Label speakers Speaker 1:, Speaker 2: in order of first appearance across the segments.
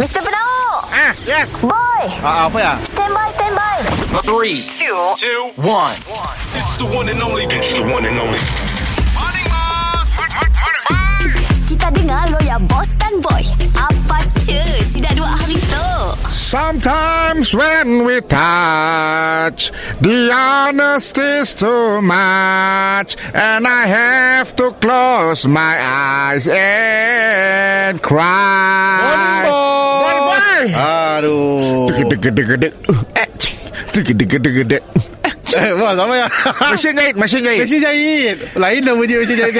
Speaker 1: Mr. Penau
Speaker 2: Ah, yes.
Speaker 1: Boy
Speaker 2: Ah, apa ya?
Speaker 1: Stand by, stand by
Speaker 3: Three, two, two, one. It's the one and only. It's the one and only.
Speaker 1: Kita dengar lo ya Boss dan Boy Apa cuy Sudah dua hari tu
Speaker 4: Sometimes when we touch, the honesty's too much, and I have to close my eyes and cry. Ah. One boy.
Speaker 2: Aduh.
Speaker 4: Degedegedegedeg. Eh, cik. Degedegedegedeg.
Speaker 2: Eh, bos, apa ya?
Speaker 4: Mesin jahit, mesin jahit.
Speaker 2: Mesin Eh, jahit. Lain dah bunyi mesin jahit.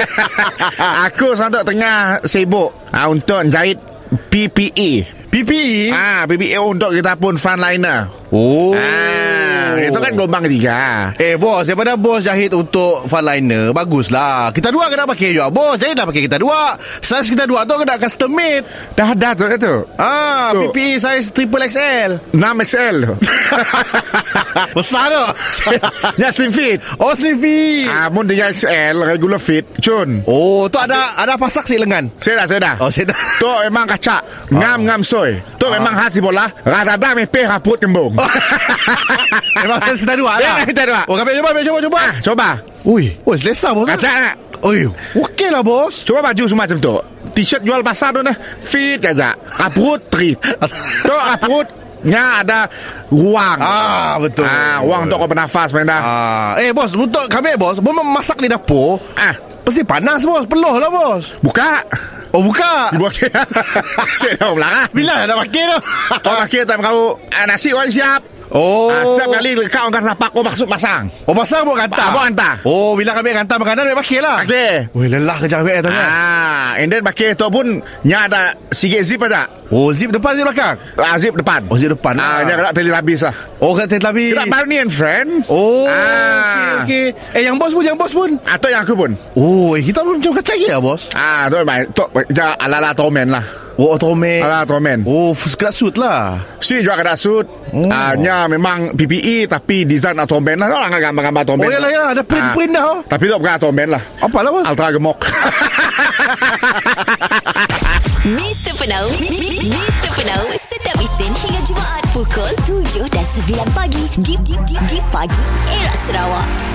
Speaker 4: Aku sangat tengah sibuk ah, untuk jahit PPE.
Speaker 2: PPE.
Speaker 4: Ah, PPE untuk kita pun frontliner.
Speaker 2: Oh.
Speaker 4: Ah, itu kan gelombang tiga.
Speaker 2: Eh bos Daripada bos jahit untuk Frontliner Baguslah Kita dua kena pakai juga Bos jahit dah pakai kita dua Saiz kita dua tu kena custom made
Speaker 4: Dah ada tu itu.
Speaker 2: Ah,
Speaker 4: Tu.
Speaker 2: PPE saiz triple XL
Speaker 4: 6XL tu.
Speaker 2: Besar tu
Speaker 4: Ya slim fit.
Speaker 2: Oh slim fit
Speaker 4: Ah, mun 3XL regular fit, cun.
Speaker 2: Oh tu ada Ada pasak si lengan
Speaker 4: Saya dah, saya dah.
Speaker 2: Oh saya Oh. dah
Speaker 4: Tu memang kacak Ngam-ngam soy Tu memang khas di bola Rada-rada mepeh raput kembung
Speaker 2: Oh. Memang saiz kita dua
Speaker 4: Ya,
Speaker 2: lah
Speaker 4: kita dua.
Speaker 2: Oh kami cuba kami cuba cuba
Speaker 4: Ah, Coba
Speaker 2: Ui Oh selesa bos
Speaker 4: Kacak tak?
Speaker 2: Ui Okey lah bos
Speaker 4: Cuba baju semua macam tu T-shirt jual pasar tu dah Fit kacak Raput treat Tu raput Nya ada ruang
Speaker 2: Ah betul
Speaker 4: Ah, ruang untuk kau bernafas Dah
Speaker 2: Ah, eh bos, untuk kami bos, bos masak di dapur.
Speaker 4: Ah,
Speaker 2: Pasti panas bos, peluh lah bos.
Speaker 4: buka
Speaker 2: Oh buka.
Speaker 4: Buat Cik dah belarang
Speaker 2: Bila dah pakai tu?
Speaker 4: Kau makin time kau ah, Nasi orang siap
Speaker 2: Oh.
Speaker 4: ah, Setiap kali kau angkat lapak Kau maksud pasang
Speaker 2: Oh pasang buat
Speaker 4: Ah,
Speaker 2: kantar.
Speaker 4: bawa hantar.
Speaker 2: Oh, bila kami hantar makanan kami pakai lah.
Speaker 4: Okay
Speaker 2: Weh, lelah kerja kami eh, ah.
Speaker 4: Ah, and then pakai tu pun Nya ada sikit zip aja
Speaker 2: Oh, zip depan zip belakang.
Speaker 4: ah, Zip depan
Speaker 2: Oh, zip depan.
Speaker 4: Ah,
Speaker 2: Ah.
Speaker 4: nya kena teli habis lah
Speaker 2: Oh, kat tetapi.
Speaker 4: Kita baru ni and friend
Speaker 2: Oh,
Speaker 4: ah.
Speaker 2: okey okey. Eh, yang bos pun, yang bos pun.
Speaker 4: Atau yang aku pun
Speaker 2: Oh, eh, kita pun macam kacang gila bos.
Speaker 4: Ah, tu memang tu, ja, Ala-ala tomen lah
Speaker 2: Oh, otomek.
Speaker 4: Ala tomen
Speaker 2: Oh, sekerat suit lah.
Speaker 4: Si juga kena suit
Speaker 2: Oh.
Speaker 4: ah, Nya memang PPE Tapi design atomen lah Orang gambar-gambar atomen
Speaker 2: Oh, yalah, yalah. Ada print-print dah. oh.
Speaker 4: Tapi tu bukan atomen lah
Speaker 2: Apalah bos?
Speaker 4: Ultra gemok
Speaker 1: Mr. Penau Mi- Mi- Mi- Mr. Penau Setiap Isnin hingga Jumaat Pukul 7 dan 9 pagi Di, di, di, di pagi Era Sarawak